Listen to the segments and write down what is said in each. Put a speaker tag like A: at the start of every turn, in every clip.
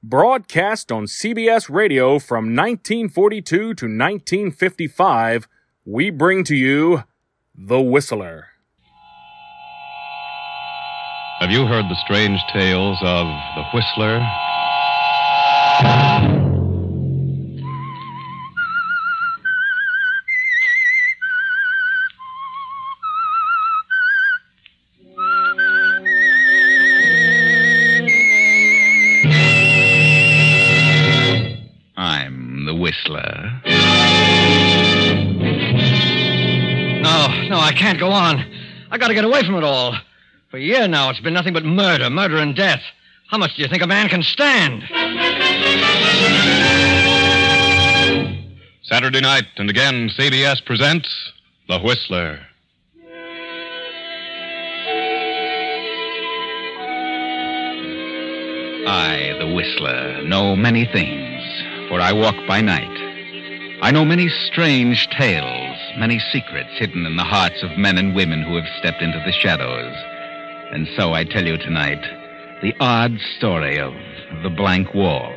A: broadcast on CBS Radio from 1942 to 1955, we bring to you The Whistler.
B: Have you heard the strange tales of The Whistler? I'm the Whistler.
C: No, no, I can't go on. I gotta get away from it all. For a year now, it's been nothing but murder, murder and death. How much do you think a man can stand?
B: Saturday night, and again, CBS presents The Whistler. I, the Whistler, know many things, for I walk by night. I know many strange tales, many secrets hidden in the hearts of men and women who have stepped into the shadows. And so I tell you tonight the odd story of the blank wall.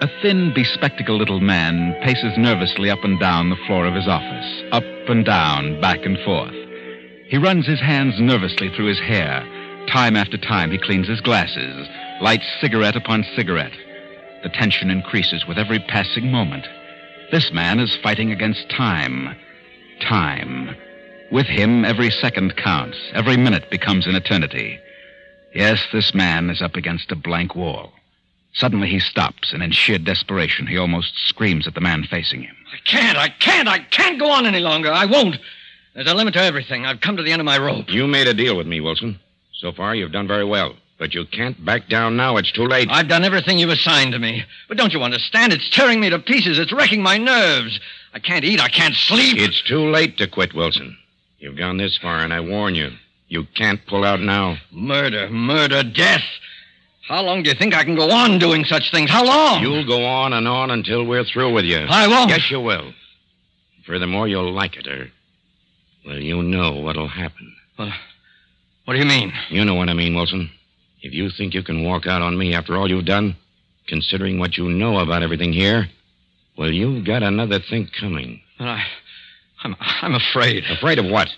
B: A thin, bespectacled little man paces nervously up and down the floor of his office, up and down, back and forth. He runs his hands nervously through his hair. Time after time, he cleans his glasses, lights cigarette upon cigarette. The tension increases with every passing moment. This man is fighting against time. Time. With him, every second counts, every minute becomes an eternity. Yes, this man is up against a blank wall. Suddenly he stops, and in sheer desperation, he almost screams at the man facing him.
C: I can't, I can't, I can't go on any longer. I won't. There's a limit to everything. I've come to the end of my rope.
D: You made a deal with me, Wilson. So far, you've done very well. But you can't back down now. It's too late.
C: I've done everything you've assigned to me. But don't you understand? It's tearing me to pieces. It's wrecking my nerves. I can't eat, I can't sleep.
D: It's too late to quit, Wilson. You've gone this far, and I warn you, you can't pull out now.
C: Murder, murder, death. How long do you think I can go on doing such things? How long?
D: You'll go on and on until we're through with you.
C: I won't.
D: Yes, you will. Furthermore, you'll like it, or. Well, you know what'll happen.
C: What do you mean?
D: You know what I mean, Wilson. If you think you can walk out on me after all you've done, considering what you know about everything here, well, you've got another thing coming.
C: But I, I'm, I'm afraid.
D: Afraid of what?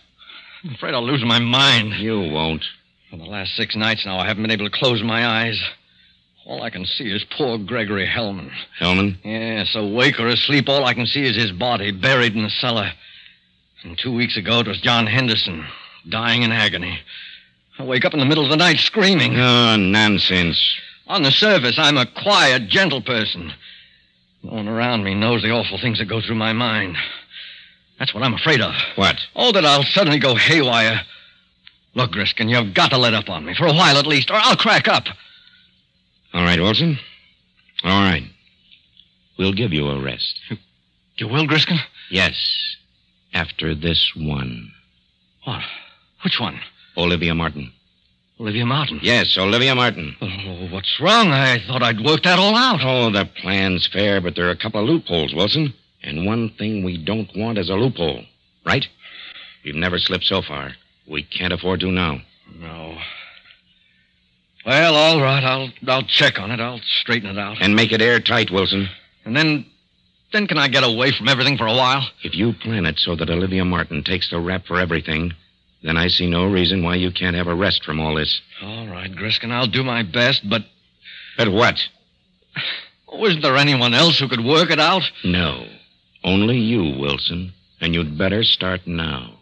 C: I'm afraid I'll lose my mind.
D: You won't.
C: For the last six nights now, I haven't been able to close my eyes. All I can see is poor Gregory Hellman.
D: Hellman,
C: Yes, awake or asleep, all I can see is his body buried in the cellar. And two weeks ago, it was John Henderson, dying in agony. I wake up in the middle of the night screaming.
D: Oh, nonsense.
C: On the surface, I'm a quiet, gentle person. No one around me knows the awful things that go through my mind. That's what I'm afraid of.
D: What?
C: Oh, that I'll suddenly go haywire. Look, Griskin, you've got to let up on me, for a while at least, or I'll crack up.
D: All right, Wilson. All right. We'll give you a rest.
C: You will, Griskin?
D: Yes. After this one.
C: What? Which one?
D: Olivia Martin.
C: Olivia Martin.
D: Yes, Olivia Martin.
C: Oh, what's wrong? I thought I'd worked that all out.
D: Oh, the plan's fair, but there are a couple of loopholes, Wilson. And one thing we don't want is a loophole, right? We've never slipped so far. We can't afford to now.
C: No. Well, all right. I'll I'll check on it. I'll straighten it out.
D: And make it airtight, Wilson.
C: And then then can I get away from everything for a while?
D: If you plan it so that Olivia Martin takes the rap for everything, then I see no reason why you can't have a rest from all this.
C: All right, Griskin, I'll do my best, but
D: But what?
C: wasn't there anyone else who could work it out?
D: No. Only you, Wilson. And you'd better start now.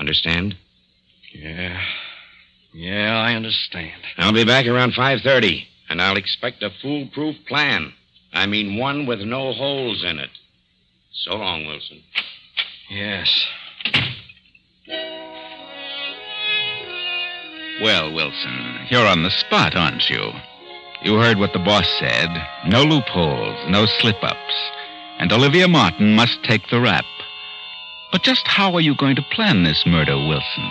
D: Understand?
C: Yeah. Yeah, I understand.
D: I'll be back around 5.30, and I'll expect a foolproof plan. I mean one with no holes in it. So long, Wilson.
C: Yes.
B: Well, Wilson, you're on the spot, aren't you? You heard what the boss said. No loopholes, no slip ups. And Olivia Martin must take the rap. But just how are you going to plan this murder, Wilson?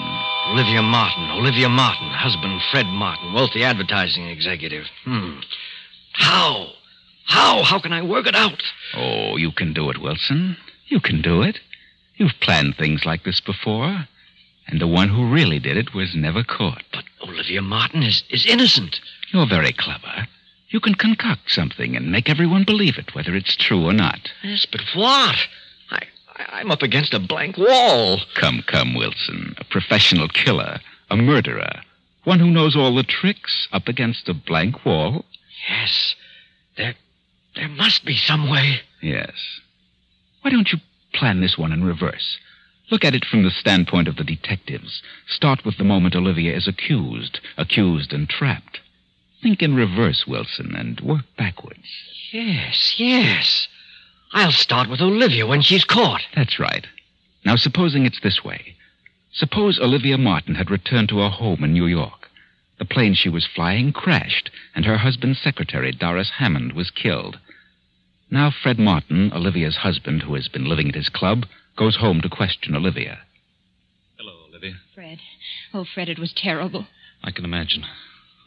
C: Olivia Martin. Olivia Martin. Husband Fred Martin, wealthy advertising executive. Hmm. How? How? How can I work it out?
B: Oh, you can do it, Wilson. You can do it. You've planned things like this before. And the one who really did it was never caught. But
C: Olivia Martin is, is innocent.
B: you're very clever. You can concoct something and make everyone believe it, whether it's true or not.
C: Yes, but what? I, I, I'm up against a blank wall.
B: Come, come, Wilson. A professional killer, a murderer, one who knows all the tricks up against a blank wall.
C: Yes. There, there must be some way.
B: Yes. Why don't you plan this one in reverse? Look at it from the standpoint of the detectives. Start with the moment Olivia is accused, accused and trapped. Think in reverse, Wilson, and work backwards.
C: Yes, yes. I'll start with Olivia when she's caught.
B: That's right. Now, supposing it's this way. Suppose Olivia Martin had returned to her home in New York. The plane she was flying crashed, and her husband's secretary, Doris Hammond, was killed. Now, Fred Martin, Olivia's husband, who has been living at his club, goes home to question Olivia. Hello, Olivia.
E: Fred. Oh, Fred, it was terrible.
B: I can imagine.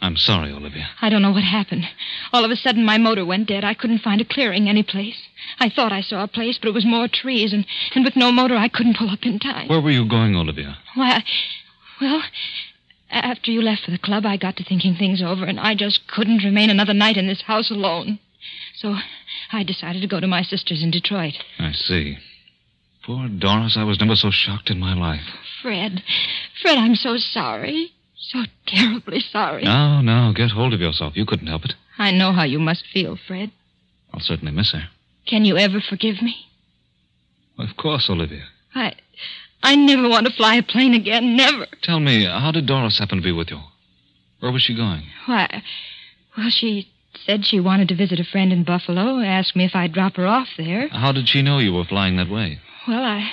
B: I'm sorry, Olivia.
E: I don't know what happened. All of a sudden, my motor went dead. I couldn't find a clearing anyplace. I thought I saw a place, but it was more trees, and, and with no motor, I couldn't pull up in time.
B: Where were you going, Olivia?
E: Why, I, well, a- after you left for the club, I got to thinking things over, and I just couldn't remain another night in this house alone. So I decided to go to my sister's in Detroit.
B: I see. Poor Doris, I was never so shocked in my life.
E: Fred, Fred, I'm so sorry. So terribly sorry.
B: Now, now, get hold of yourself. You couldn't help it.
E: I know how you must feel, Fred.
B: I'll certainly miss her.
E: Can you ever forgive me?
B: Of course, Olivia.
E: I I never want to fly a plane again, never.
B: Tell me, how did Doris happen to be with you? Where was she going?
E: Why? Well, she said she wanted to visit a friend in Buffalo, asked me if I'd drop her off there.
B: How did she know you were flying that way?
E: Well, I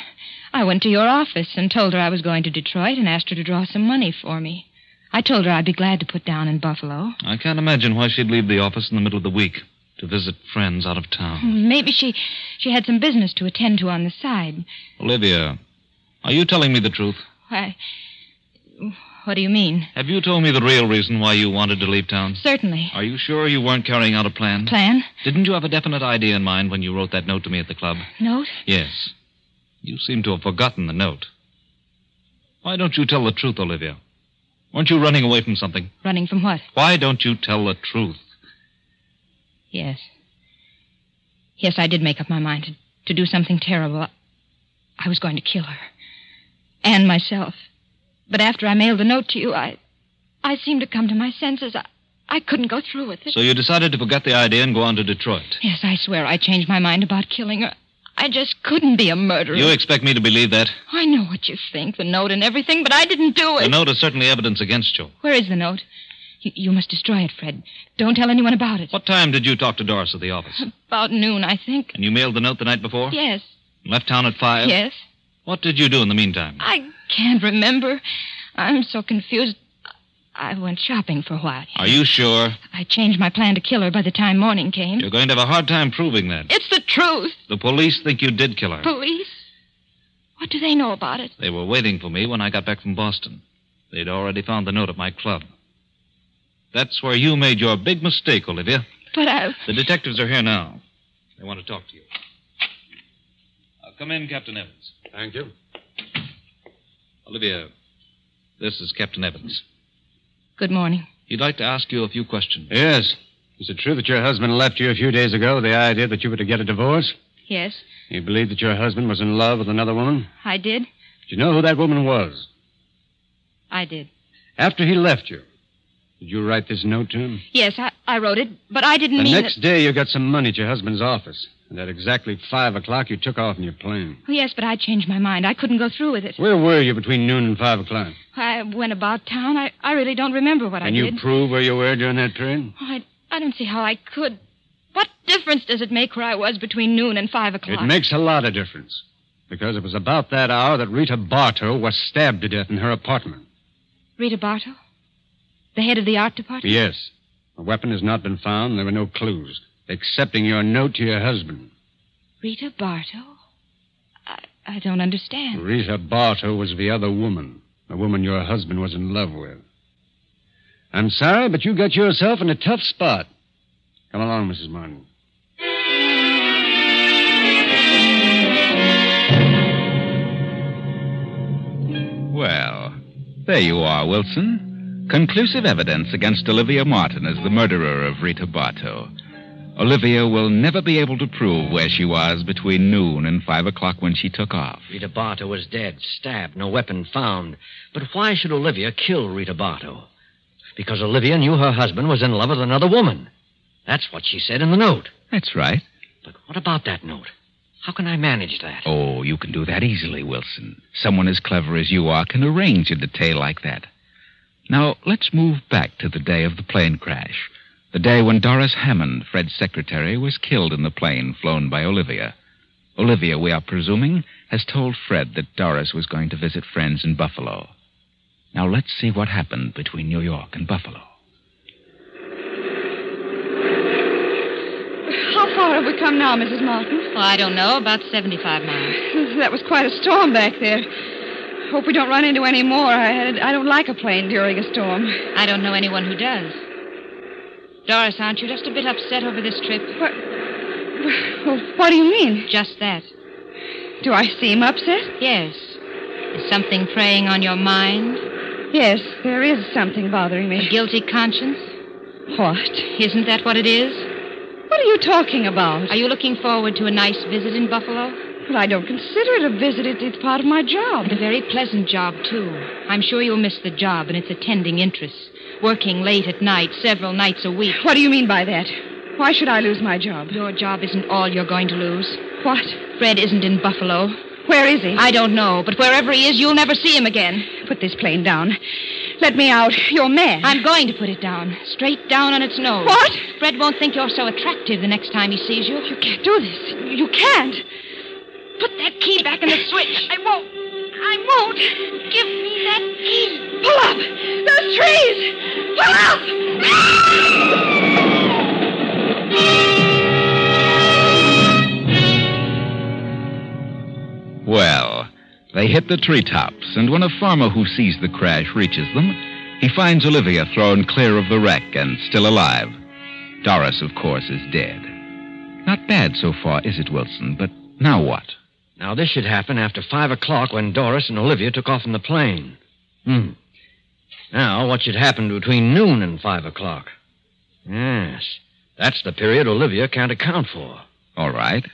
E: I went to your office and told her I was going to Detroit and asked her to draw some money for me. I told her I'd be glad to put down in Buffalo.
B: I can't imagine why she'd leave the office in the middle of the week to visit friends out of town.
E: Maybe she she had some business to attend to on the side.
B: Olivia, are you telling me the truth?
E: Why? What do you mean?
B: Have you told me the real reason why you wanted to leave town?
E: Certainly.
B: Are you sure you weren't carrying out a plan?
E: Plan?
B: Didn't you have a definite idea in mind when you wrote that note to me at the club?
E: Note?
B: Yes. You seem to have forgotten the note. Why don't you tell the truth, Olivia? Weren't you running away from something?
E: Running from what?
B: Why don't you tell the truth?
E: Yes. Yes, I did make up my mind to, to do something terrible. I, I was going to kill her. And myself. But after I mailed the note to you, I I seemed to come to my senses. I, I couldn't go through with it.
B: So you decided to forget the idea and go on to Detroit.
E: Yes, I swear I changed my mind about killing her. I just couldn't be a murderer.
B: You expect me to believe that?
E: I know what you think, the note and everything, but I didn't do it.
B: The note is certainly evidence against you.
E: Where is the note? You, you must destroy it, Fred. Don't tell anyone about it.
B: What time did you talk to Doris at the office?
E: About noon, I think.
B: And you mailed the note the night before?
E: Yes,
B: Left town at five?
E: yes.
B: What did you do in the meantime?
E: I can't remember. I'm so confused. I went shopping for a while.
B: Are you sure?
E: I changed my plan to kill her by the time morning came.
B: You're going to have a hard time proving that.
E: It's the truth.
B: The police think you did kill her.
E: Police? What do they know about it?
B: They were waiting for me when I got back from Boston. They'd already found the note at my club. That's where you made your big mistake, Olivia.
E: But I.
B: The detectives are here now. They want to talk to you. Uh, come in, Captain Evans.
D: Thank you.
B: Olivia, this is Captain Evans.
E: Good morning.
B: He'd like to ask you a few questions.
F: Yes. Is it true that your husband left you a few days ago with the idea that you were to get a divorce?
E: Yes,
F: You believed that your husband was in love with another woman?
E: I did.
F: Do you know who that woman was?
E: I did.
F: After he left you, did you write this note to him?
E: Yes, I, I wrote it, but I didn't
F: The
E: mean
F: next day, you got some money at your husband's office. And at exactly five o'clock, you took off in your plane.
E: it. Yes, but I changed my mind. I couldn't go through with it.
F: Where were you between noon and five o'clock?
E: I went about town. I, I really don't remember what I
F: Can you
E: did.
F: prove where you were during that period?
E: Oh, I, I don't see how I could. What difference does it make where I was between noon and five o'clock?
F: It makes a lot of difference. Because it was about that hour that Rita Bartow was stabbed to death in her apartment.
E: Rita Bartow? The head of the art department?
F: Yes. The weapon has not been found. There were no clues, excepting your note to your husband.
E: Rita Bartow? I, I don't understand.
F: Rita Bartow was the other woman, the woman your husband was in love with. I'm sorry, but you got yourself in a tough spot. Come along, Mrs. Martin.
B: Well, there you are, Wilson. Conclusive evidence against Olivia Martin as the murderer of Rita Bartow. Olivia will never be able to prove where she was between noon and five o'clock when she took off.
C: Rita Bartow was dead, stabbed, no weapon found. But why should Olivia kill Rita Bartow? Because Olivia knew her husband was in love with another woman. That's what she said in the note.
B: That's right.
C: But what about that note? How can I manage that?
B: Oh, you can do that easily, Wilson. Someone as clever as you are can arrange a detail like that. Now, let's move back to the day of the plane crash. The day when Doris Hammond, Fred's secretary, was killed in the plane flown by Olivia. Olivia, we are presuming, has told Fred that Doris was going to visit friends in Buffalo. Now, let's see what happened between New York and Buffalo.
G: How far have we come now, Mrs. Martin?
E: Oh, I don't know, about 75 miles.
G: That was quite a storm back there. Hope we don't run into any more. I, I don't like a plane during a storm.
E: I don't know anyone who does. Doris, aren't you just a bit upset over this trip?
G: Well, what do you mean?
E: Just that.
G: Do I seem upset?
E: Yes. Is something preying on your mind?
G: Yes, there is something bothering
E: A
G: me.
E: guilty conscience?
G: What?
E: Isn't that what it is?
G: What are you talking about?
E: Are you looking forward to a nice visit in Buffalo?
G: Well, I don't consider it a visit. It, it's part of my job.
E: And a very pleasant job, too. I'm sure you'll miss the job and its attending interests. Working late at night, several nights a week.
G: What do you mean by that? Why should I lose my job?
E: Your job isn't all you're going to lose.
G: What?
E: Fred isn't in Buffalo.
G: Where is he?
E: I don't know, but wherever he is, you'll never see him again.
G: put this plane down. Let me out. You're mad.
E: I'm going to put it down, straight down on its nose.
G: What?
E: Fred won't think you're so attractive the next time he sees you. You
G: can't do this. You can't.
E: put that key back in the switch.
G: I won't. I won't. Give me that key. Pull up. Those trees. Pull up.
B: Well, they hit the treetops, and when a farmer who sees the crash reaches them, he finds Olivia thrown clear of the wreck and still alive. Doris, of course, is dead. Not bad so far, is it, Wilson? But now what?
C: Now, this should happen after five o'clock when Doris and Olivia took off in the plane. Hmm. Now, what should happen between noon and five o'clock? Yes. That's the period Olivia can't account for.
B: All right.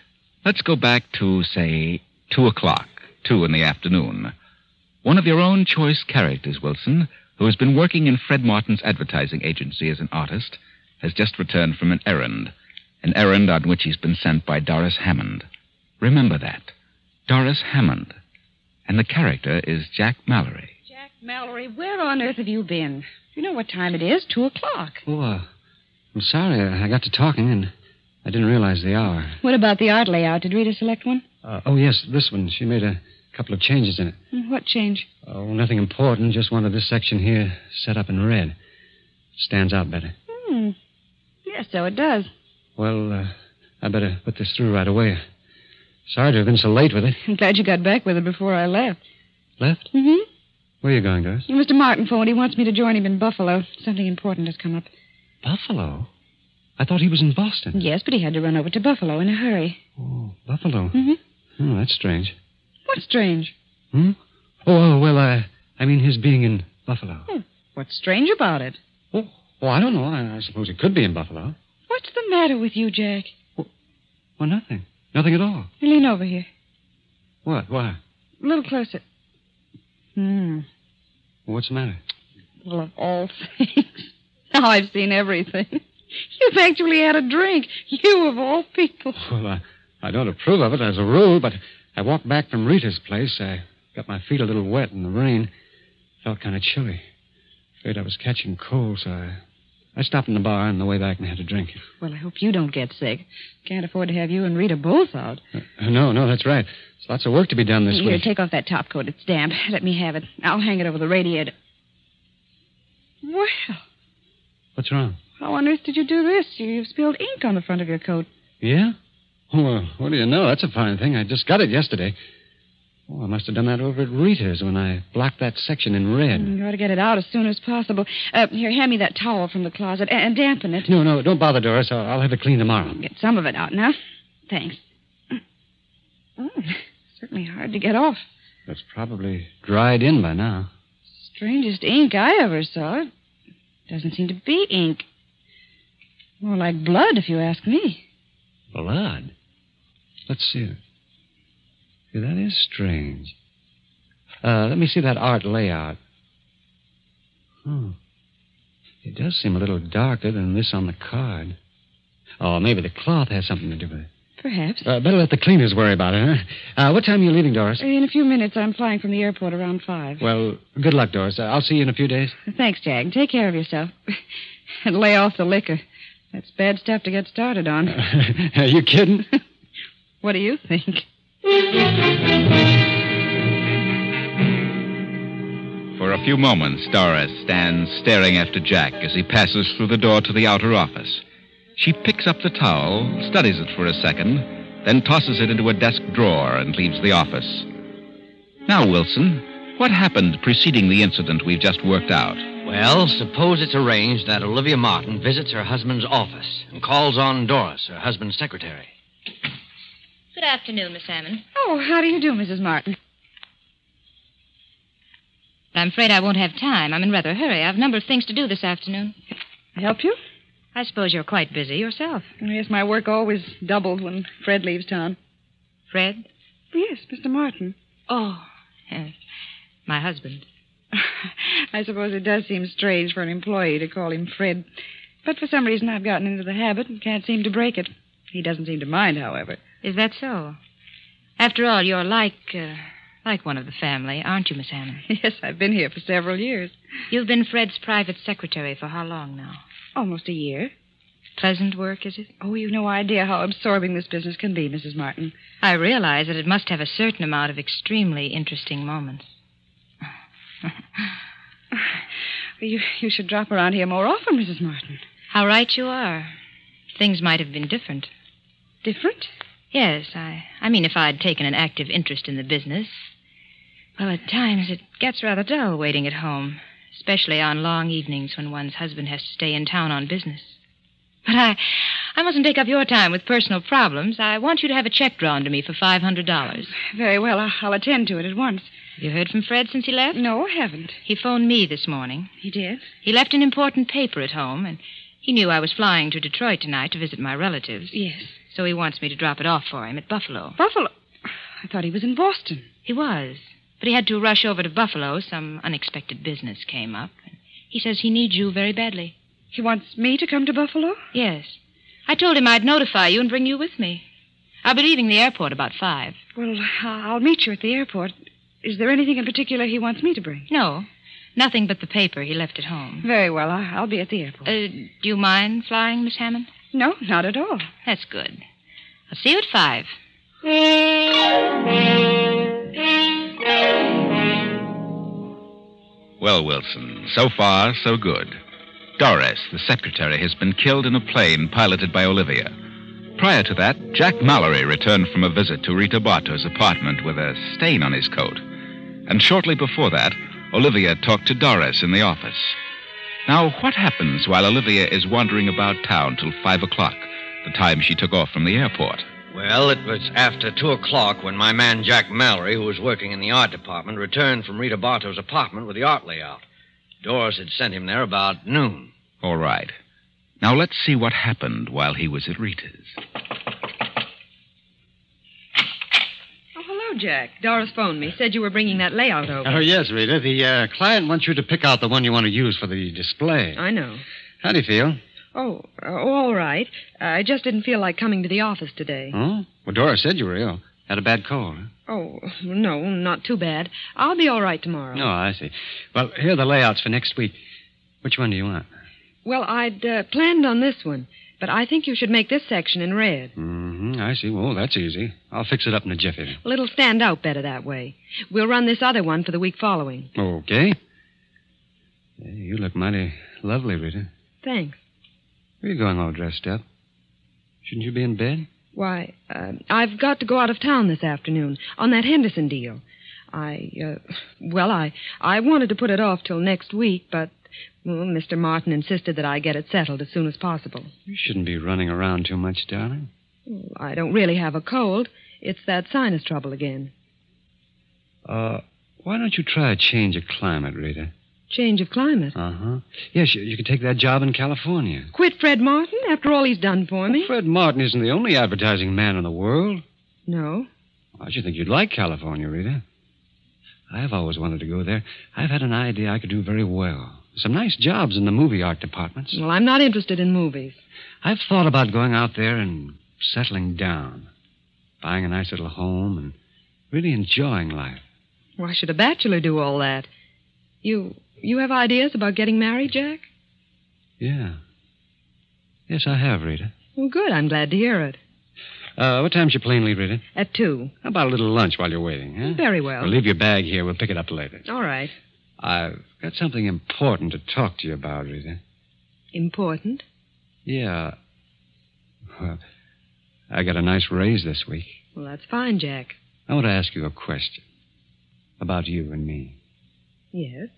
B: Let's go back to, say, two o'clock, two in the afternoon. One of your own choice characters, Wilson, who has been working in Fred Martin's advertising agency as an artist, has just returned from an errand, an errand on which he's been sent by Doris Hammond. Remember that. Doris Hammond. And the character is Jack Mallory.
G: Jack Mallory, where on earth have you been? You know what time it is? Two o'clock.
F: Oh, uh, I'm sorry. I got to talking, and I didn't realize the hour.
G: What about the art layout? Did Rita select one?
F: Uh, oh, yes, this one. She made a couple of changes in it.
G: Hmm, What change?
F: Oh, nothing important. Just wanted this section here set up in red. Stands out better.
G: Hmm. Yes, so it does.
F: Well, uh, I better put this through right away. Sorry to have been so late with it.
G: I'm glad you got back with it before I left.
F: Left?
G: Mm-hmm.
F: Where are you going, Doris?
G: Mr. Martin phoned. He wants me to join him in Buffalo. Something important has come up.
F: Buffalo. I thought he was in Boston.
G: Yes, but he had to run over to Buffalo in a hurry.
F: Oh, Buffalo.
G: Mm-hmm.
F: Oh, that's strange.
G: What's strange?
F: Hmm? Oh, oh, well, I, I mean his being in Buffalo.
G: What's strange about it?
F: Oh, well, I don't know. I, I suppose it could be in Buffalo.
G: What's the matter with you, Jack?
F: Well, nothing. Nothing at all.
G: Lean over here.
F: What? Why?
G: A little closer. Hmm.
F: What's the matter?
G: Well, of all things. Now I've seen everything. You've actually had a drink. You, of all people.
F: Well, I, I don't approve of it as a rule, but I walked back from Rita's place. I got my feet a little wet in the rain. Felt kind of chilly. Afraid I was catching cold, so I, I stopped in the bar on the way back and had a drink.
G: Well, I hope you don't get sick. Can't afford to have you and Rita both out.
F: Uh, no, no, that's right. There's lots of work to be done this
G: Here,
F: week.
G: take off that top coat. It's damp. Let me have it. I'll hang it over the radiator. Well,
F: What's wrong?
G: How on earth did you do this? You- You've spilled ink on the front of your coat.
F: Yeah? Oh, well, what do you know? That's a fine thing. I just got it yesterday. Oh, I must have done that over at Rita's when I blocked that section in red.
G: You ought to get it out as soon as possible. Uh, here, hand me that towel from the closet and, and dampen it.
F: No, no, don't bother, Doris. I'll, I'll have it clean tomorrow.
G: Get some of it out now. Thanks. Mm. Oh, certainly hard to get off.
F: It's probably dried in by now.
G: Strangest ink I ever saw. It doesn't seem to be ink. More like blood, if you ask me.
F: Blood? Let's see it. Yeah, that is strange. Uh, let me see that art layout. Hmm. It does seem a little darker than this on the card. Oh, maybe the cloth has something to do with it.
G: Perhaps.
F: Uh, better let the cleaners worry about it, huh? Uh, what time are you leaving, Doris?
G: In a few minutes, I'm flying from the airport around five.
F: Well, good luck, Doris. Uh, I'll see you in a few days.
G: Thanks, Jag. Take care of yourself. and lay off the liquor. That's bad stuff to get started on.
F: Uh. are you kidding?
G: What do you think?
B: For a few moments, Doris stands staring after Jack as he passes through the door to the outer office. She picks up the towel, studies it for a second, then tosses it into a desk drawer and leaves the office. Now, Wilson, what happened preceding the incident we've just worked out?
C: Well, suppose it's arranged that Olivia Martin visits her husband's office and calls on Doris, her husband's secretary.
E: Good afternoon, Miss Salmon.
G: Oh, how do you do, Mrs. Martin?
E: But I'm afraid I won't have time. I'm in rather a hurry. I've a number of things to do this afternoon.
G: Help you?
E: I suppose you're quite busy yourself.
G: Yes, my work always doubled when Fred leaves town.
E: Fred?
G: Yes, Mr. Martin.
E: Oh, yes. My husband.
G: I suppose it does seem strange for an employee to call him Fred. But for some reason, I've gotten into the habit and can't seem to break it. He doesn't seem to mind, however.
E: Is that so? After all, you're like, uh, like one of the family, aren't you, Miss Hammond?
G: Yes, I've been here for several years.
E: You've been Fred's private secretary for how long now?
G: Almost a year.
E: Pleasant work, is it?
G: Oh, you've no idea how absorbing this business can be, Mrs. Martin.
E: I realize that it must have a certain amount of extremely interesting moments.
G: You, you should drop around here more often, Mrs. Martin.
E: How right you are. Things might have been different.
G: Different?
E: Yes, I, I mean, if I'd taken an active interest in the business. Well, at times it gets rather dull waiting at home, especially on long evenings when one's husband has to stay in town on business. But I, I mustn't take up your time with personal problems. I want you to have a check drawn to me for five hundred dollars.
G: Very well, I'll, I'll attend to it at once.
E: You heard from Fred since he left?
G: No, I haven't.
E: He phoned me this morning.
G: He did?
E: He left an important paper at home, and he knew I was flying to Detroit tonight to visit my relatives.
G: Yes.
E: So he wants me to drop it off for him at Buffalo.
G: Buffalo. I thought he was in Boston.
E: He was. But he had to rush over to Buffalo. Some unexpected business came up. And he says he needs you very badly.
G: He wants me to come to Buffalo?
E: Yes. I told him I'd notify you and bring you with me. I'll be leaving the airport about five.
G: Well, I- I'll meet you at the airport. Is there anything in particular he wants me to bring?
E: No, nothing but the paper he left at home.
G: Very well, I- I'll be at the airport.
E: Uh, do you mind flying, Miss Hammond?
G: no, not at all.
E: That's good. I'll see you at five.
B: Well, Wilson, so far, so good. Doris, the secretary, has been killed in a plane piloted by Olivia. Prior to that, Jack Mallory returned from a visit to Rita Bartow's apartment with a stain on his coat. And shortly before that, Olivia talked to Doris in the office. Now, what happens while Olivia is wandering about town till five o'clock, the time she took off from the airport?
C: Well, it was after two o'clock when my man Jack Mallory, who was working in the art department, returned from Rita Bartow's apartment with the art layout. Doris had sent him there about noon.
B: All right. Now let's see what happened while he was at Rita's.
G: Oh, hello, Jack. Doris phoned me. Said you were bringing that layout over.
F: Oh, yes, Rita. The uh, client wants you to pick out the one you want to use for the display.
G: I know.
F: How do you feel?
G: Oh, uh, all right. I just didn't feel like coming to the office today.
F: Oh? Well, Doris said you were ill. Had a bad cold. huh?
G: Oh, no, not too bad. I'll be all right tomorrow.
F: Oh, I see. Well, here are the layouts for next week. Which one do you want?
G: Well, I'd uh, planned on this one, but I think you should make this section in red.
F: Mm-hmm. I see. Well, that's easy. I'll fix it up in a jiffy.
G: Well, it'll stand out better that way. We'll run this other one for the week following.
F: Okay. Yeah, you look mighty lovely, Rita.
H: Thanks.
F: Where are you going all dressed up? Shouldn't you be in bed?
H: Why, uh, I've got to go out of town this afternoon on that Henderson deal. I, uh, well, I, I wanted to put it off till next week, but well, Mr. Martin insisted that I get it settled as soon as possible.
F: You shouldn't be running around too much, darling.
H: I don't really have a cold. It's that sinus trouble again.
F: Uh, why don't you try a change of climate, Rita?
H: Change of climate.
F: Uh huh. Yes, you, you can take that job in California.
H: Quit Fred Martin after all he's done for me.
F: Fred Martin isn't the only advertising man in the world.
H: No.
F: I should think you'd like California, Rita. I've always wanted to go there. I've had an idea I could do very well. Some nice jobs in the movie art departments.
H: Well, I'm not interested in movies.
F: I've thought about going out there and settling down, buying a nice little home, and really enjoying life.
H: Why should a bachelor do all that? You you have ideas about getting married, Jack?
F: Yeah. Yes, I have, Rita.
H: Well, good. I'm glad to hear it.
F: Uh, what time's your plane leave, Rita?
H: At two.
F: How about a little lunch while you're waiting, huh?
H: Very well.
F: Well, leave your bag here. We'll pick it up later.
H: All right.
F: I've got something important to talk to you about, Rita.
H: Important.
F: Yeah. Well, I got a nice raise this week.
H: Well, that's fine, Jack.
F: I want to ask you a question about you and me.
H: Yes.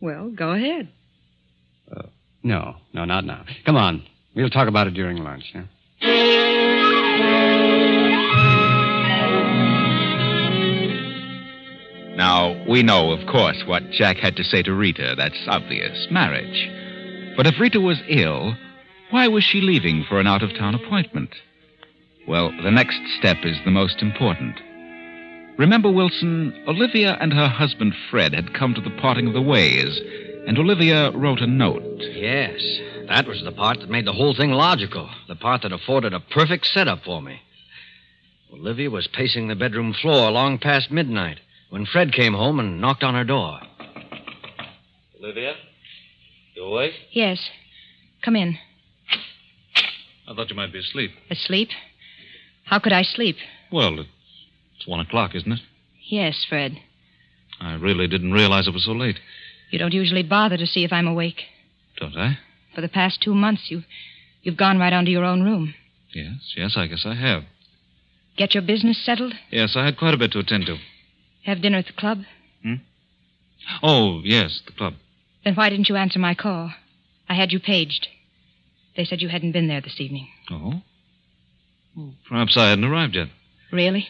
H: Well, go ahead.
F: No, no, not now. Come on. We'll talk about it during lunch, huh?
B: Now, we know, of course, what Jack had to say to Rita. That's obvious marriage. But if Rita was ill, why was she leaving for an out of town appointment? Well, the next step is the most important. Remember, Wilson, Olivia and her husband Fred had come to the parting of the ways, and Olivia wrote a note.
C: Yes, that was the part that made the whole thing logical, the part that afforded a perfect setup for me. Olivia was pacing the bedroom floor long past midnight when Fred came home and knocked on her door.
I: Olivia? You awake?
E: Yes. Come in.
I: I thought you might be asleep.
E: Asleep? How could I sleep?
I: Well, it's one o'clock, isn't it?
E: Yes, Fred.
I: I really didn't realize it was so late,
E: You don't usually bother to see if I'm awake.
I: don't I?
E: For the past two months, you, you've gone right on to your own room.
I: Yes, yes, I guess I have.
E: Get your business settled?
I: Yes, I had quite a bit to attend to.
E: Have dinner at the club?
I: Oh, yes, the club.
E: Then why didn't you answer my call? I had you paged. They said you hadn't been there this evening.
I: Oh? Well, perhaps I hadn't arrived yet.
E: Really?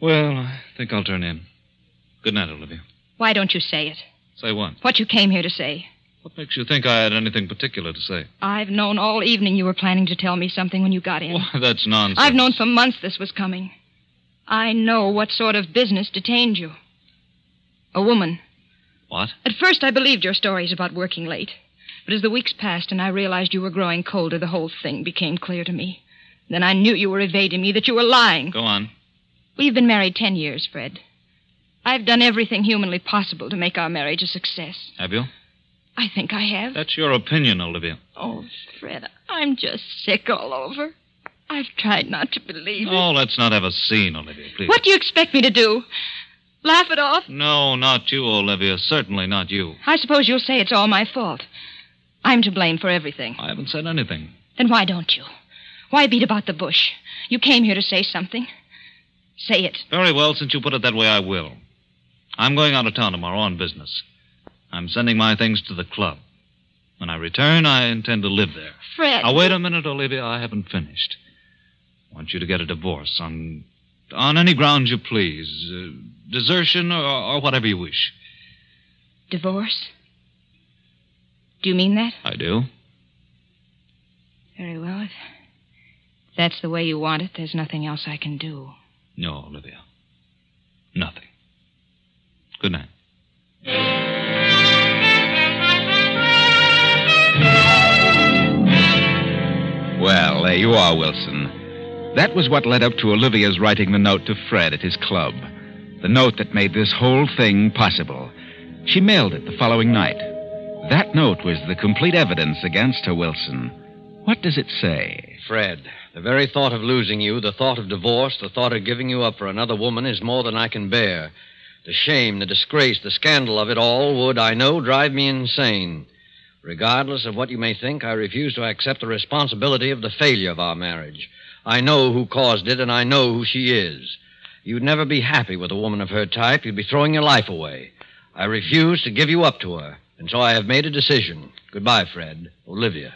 I: Well, I think I'll turn in. Good night, Olivia.
E: Why don't you say it?
I: Say what?
E: What you came here to say.
I: What makes you think I had anything particular to say?
E: I've known all evening you were planning to tell me something when you got in.
I: Why, that's nonsense.
E: I've known for months this was coming. I know what sort of business detained you. A woman.
I: What?
E: At first, I believed your stories about working late. But as the weeks passed and I realized you were growing colder, the whole thing became clear to me. Then I knew you were evading me, that you were lying.
I: Go on.
E: We've been married ten years, Fred. I've done everything humanly possible to make our marriage a success.
I: Have you?
E: I think I have.
I: That's your opinion, Olivia.
E: Oh, Fred, I'm just sick all over. I've tried not to believe it.
I: Oh, let's not have a scene, Olivia, please.
E: What do you expect me to do? Laugh it off?
I: No, not you, Olivia. Certainly not you.
E: I suppose you'll say it's all my fault. I'm to blame for everything.
I: I haven't said anything.
E: Then why don't you? Why beat about the bush? You came here to say something. Say it.
I: Very well, since you put it that way, I will. I'm going out of town tomorrow on business. I'm sending my things to the club. When I return, I intend to live there.
E: Fred.
I: Now, wait a minute, Olivia. I haven't finished. I want you to get a divorce on on any grounds you please uh, desertion or, or whatever you wish.
E: Divorce? Do you mean that?
I: I do.
E: Very well. If that's the way you want it, there's nothing else I can do.
I: No, Olivia. Nothing. Good night.
B: Well, there you are, Wilson. That was what led up to Olivia's writing the note to Fred at his club. The note that made this whole thing possible. She mailed it the following night. That note was the complete evidence against her, Wilson. What does it say?
C: Fred, the very thought of losing you, the thought of divorce, the thought of giving you up for another woman is more than I can bear. The shame, the disgrace, the scandal of it all would, I know, drive me insane. Regardless of what you may think, I refuse to accept the responsibility of the failure of our marriage. I know who caused it, and I know who she is. You'd never be happy with a woman of her type. You'd be throwing your life away. I refuse to give you up to her, and so I have made a decision. Goodbye, Fred. Olivia.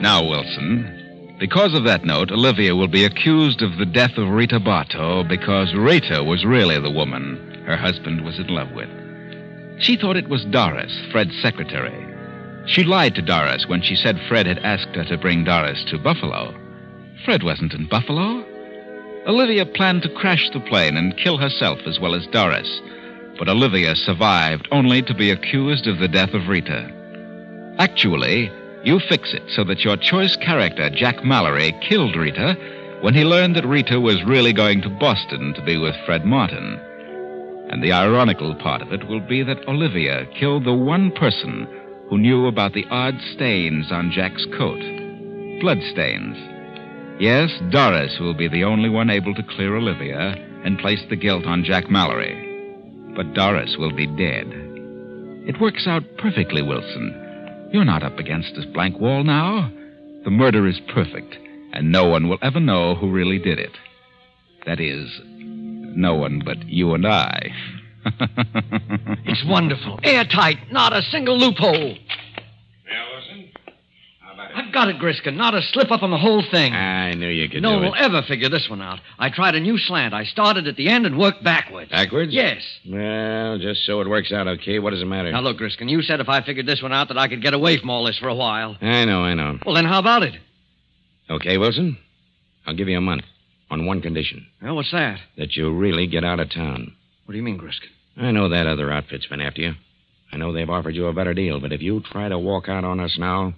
B: Now, Wilson, because of that note, Olivia will be accused of the death of Rita Bartow because Rita was really the woman her husband was in love with. She thought it was Doris, Fred's secretary. She lied to Doris when she said Fred had asked her to bring Doris to Buffalo. Fred wasn't in Buffalo. Olivia planned to crash the plane and kill herself as well as Doris, but Olivia survived only to be accused of the death of Rita. Actually, you fix it so that your choice character, Jack Mallory, killed Rita when he learned that Rita was really going to Boston to be with Fred Martin. And the ironical part of it will be that Olivia killed the one person who knew about the odd stains on Jack's coat blood stains. Yes, Doris will be the only one able to clear Olivia and place the guilt on Jack Mallory. But Doris will be dead. It works out perfectly, Wilson. You're not up against a blank wall now. The murder is perfect, and no one will ever know who really did it. That is, no one but you and I.
C: It's wonderful. Airtight. Not a single loophole. I've got it, Griskin. Not a slip up on the whole thing.
D: I knew you could
C: no
D: do
C: one
D: it.
C: will ever figure this one out. I tried a new slant. I started at the end and worked backwards.
D: Backwards?
C: Yes.
D: Well, just so it works out okay. What does it matter?
C: eh. Now, look, Griskin, you said if I figured this one out that I could get away from all this for a while.
D: I know, I know.
C: Well, then how about it?
D: Okay, Wilson? I'll give you a month on one condition
C: Well, what's that?
D: that you really get out of town.
C: What do you mean, Griskin?
D: I know that other outfit's been after you. I know they've offered you a better deal, but if you try to walk out on us now,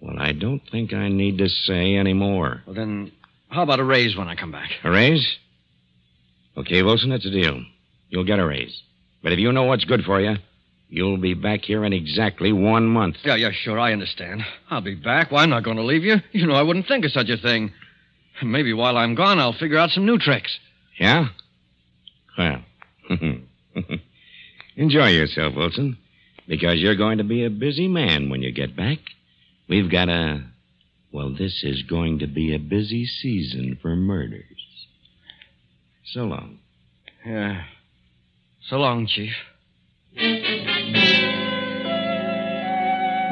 D: well, I don't think I need to say any more.
C: Well, then, how about a raise when I come back?
D: A raise? Okay, Wilson, that's a deal. You'll get a raise. But if you know what's good for you, you'll be back here in exactly one month.
C: Yeah, yeah, sure, I understand. I'll be back. Why, I'm not going to leave you. You know, I wouldn't think of such a thing. Maybe while I'm gone, I'll figure out some new tricks.
D: Yeah? Well, enjoy yourself, Wilson, because you're going to be a busy man when you get back. We've got a. Well, this is going to be a busy season for murders. So long.
C: Yeah. So long, Chief.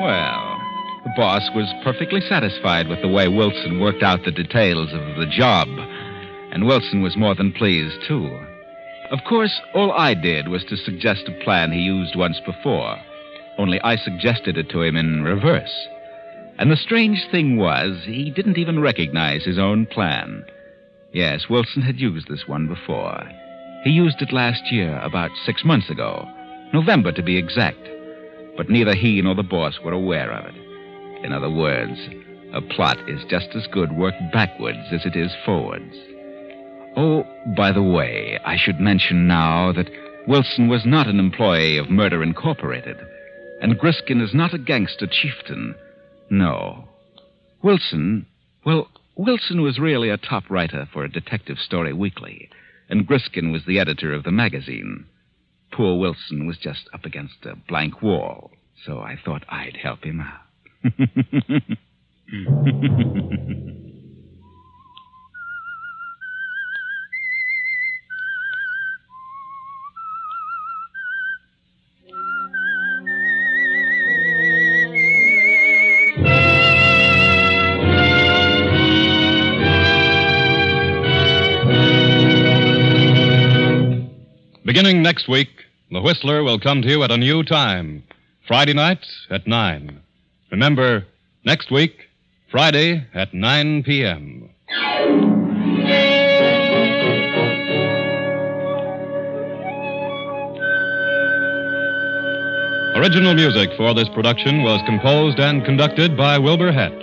B: Well, the boss was perfectly satisfied with the way Wilson worked out the details of the job, and Wilson was more than pleased, too. Of course, all I did was to suggest a plan he used once before, only I suggested it to him in reverse. And the strange thing was, he didn't even recognize his own plan. Yes, Wilson had used this one before. He used it last year, about six months ago, November to be exact but neither he nor the boss were aware of it. In other words, a plot is just as good worked backwards as it is forwards. Oh, by the way, I should mention now that Wilson was not an employee of Murder Incorporated, and Griskin is not a gangster chieftain. No. Wilson, well, Wilson was really a top writer for a detective story weekly, and Griskin was the editor of the magazine. Poor Wilson was just up against a blank wall, so I thought I'd help him out.
J: Beginning next week, The Whistler will come to you at a new time, Friday night at 9. Remember, next week, Friday at 9 p.m. Original music for this production was composed and conducted by Wilbur Hatch.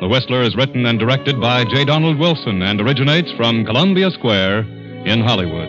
J: The Whistler is written and directed by J. Donald Wilson and originates from Columbia Square in Hollywood.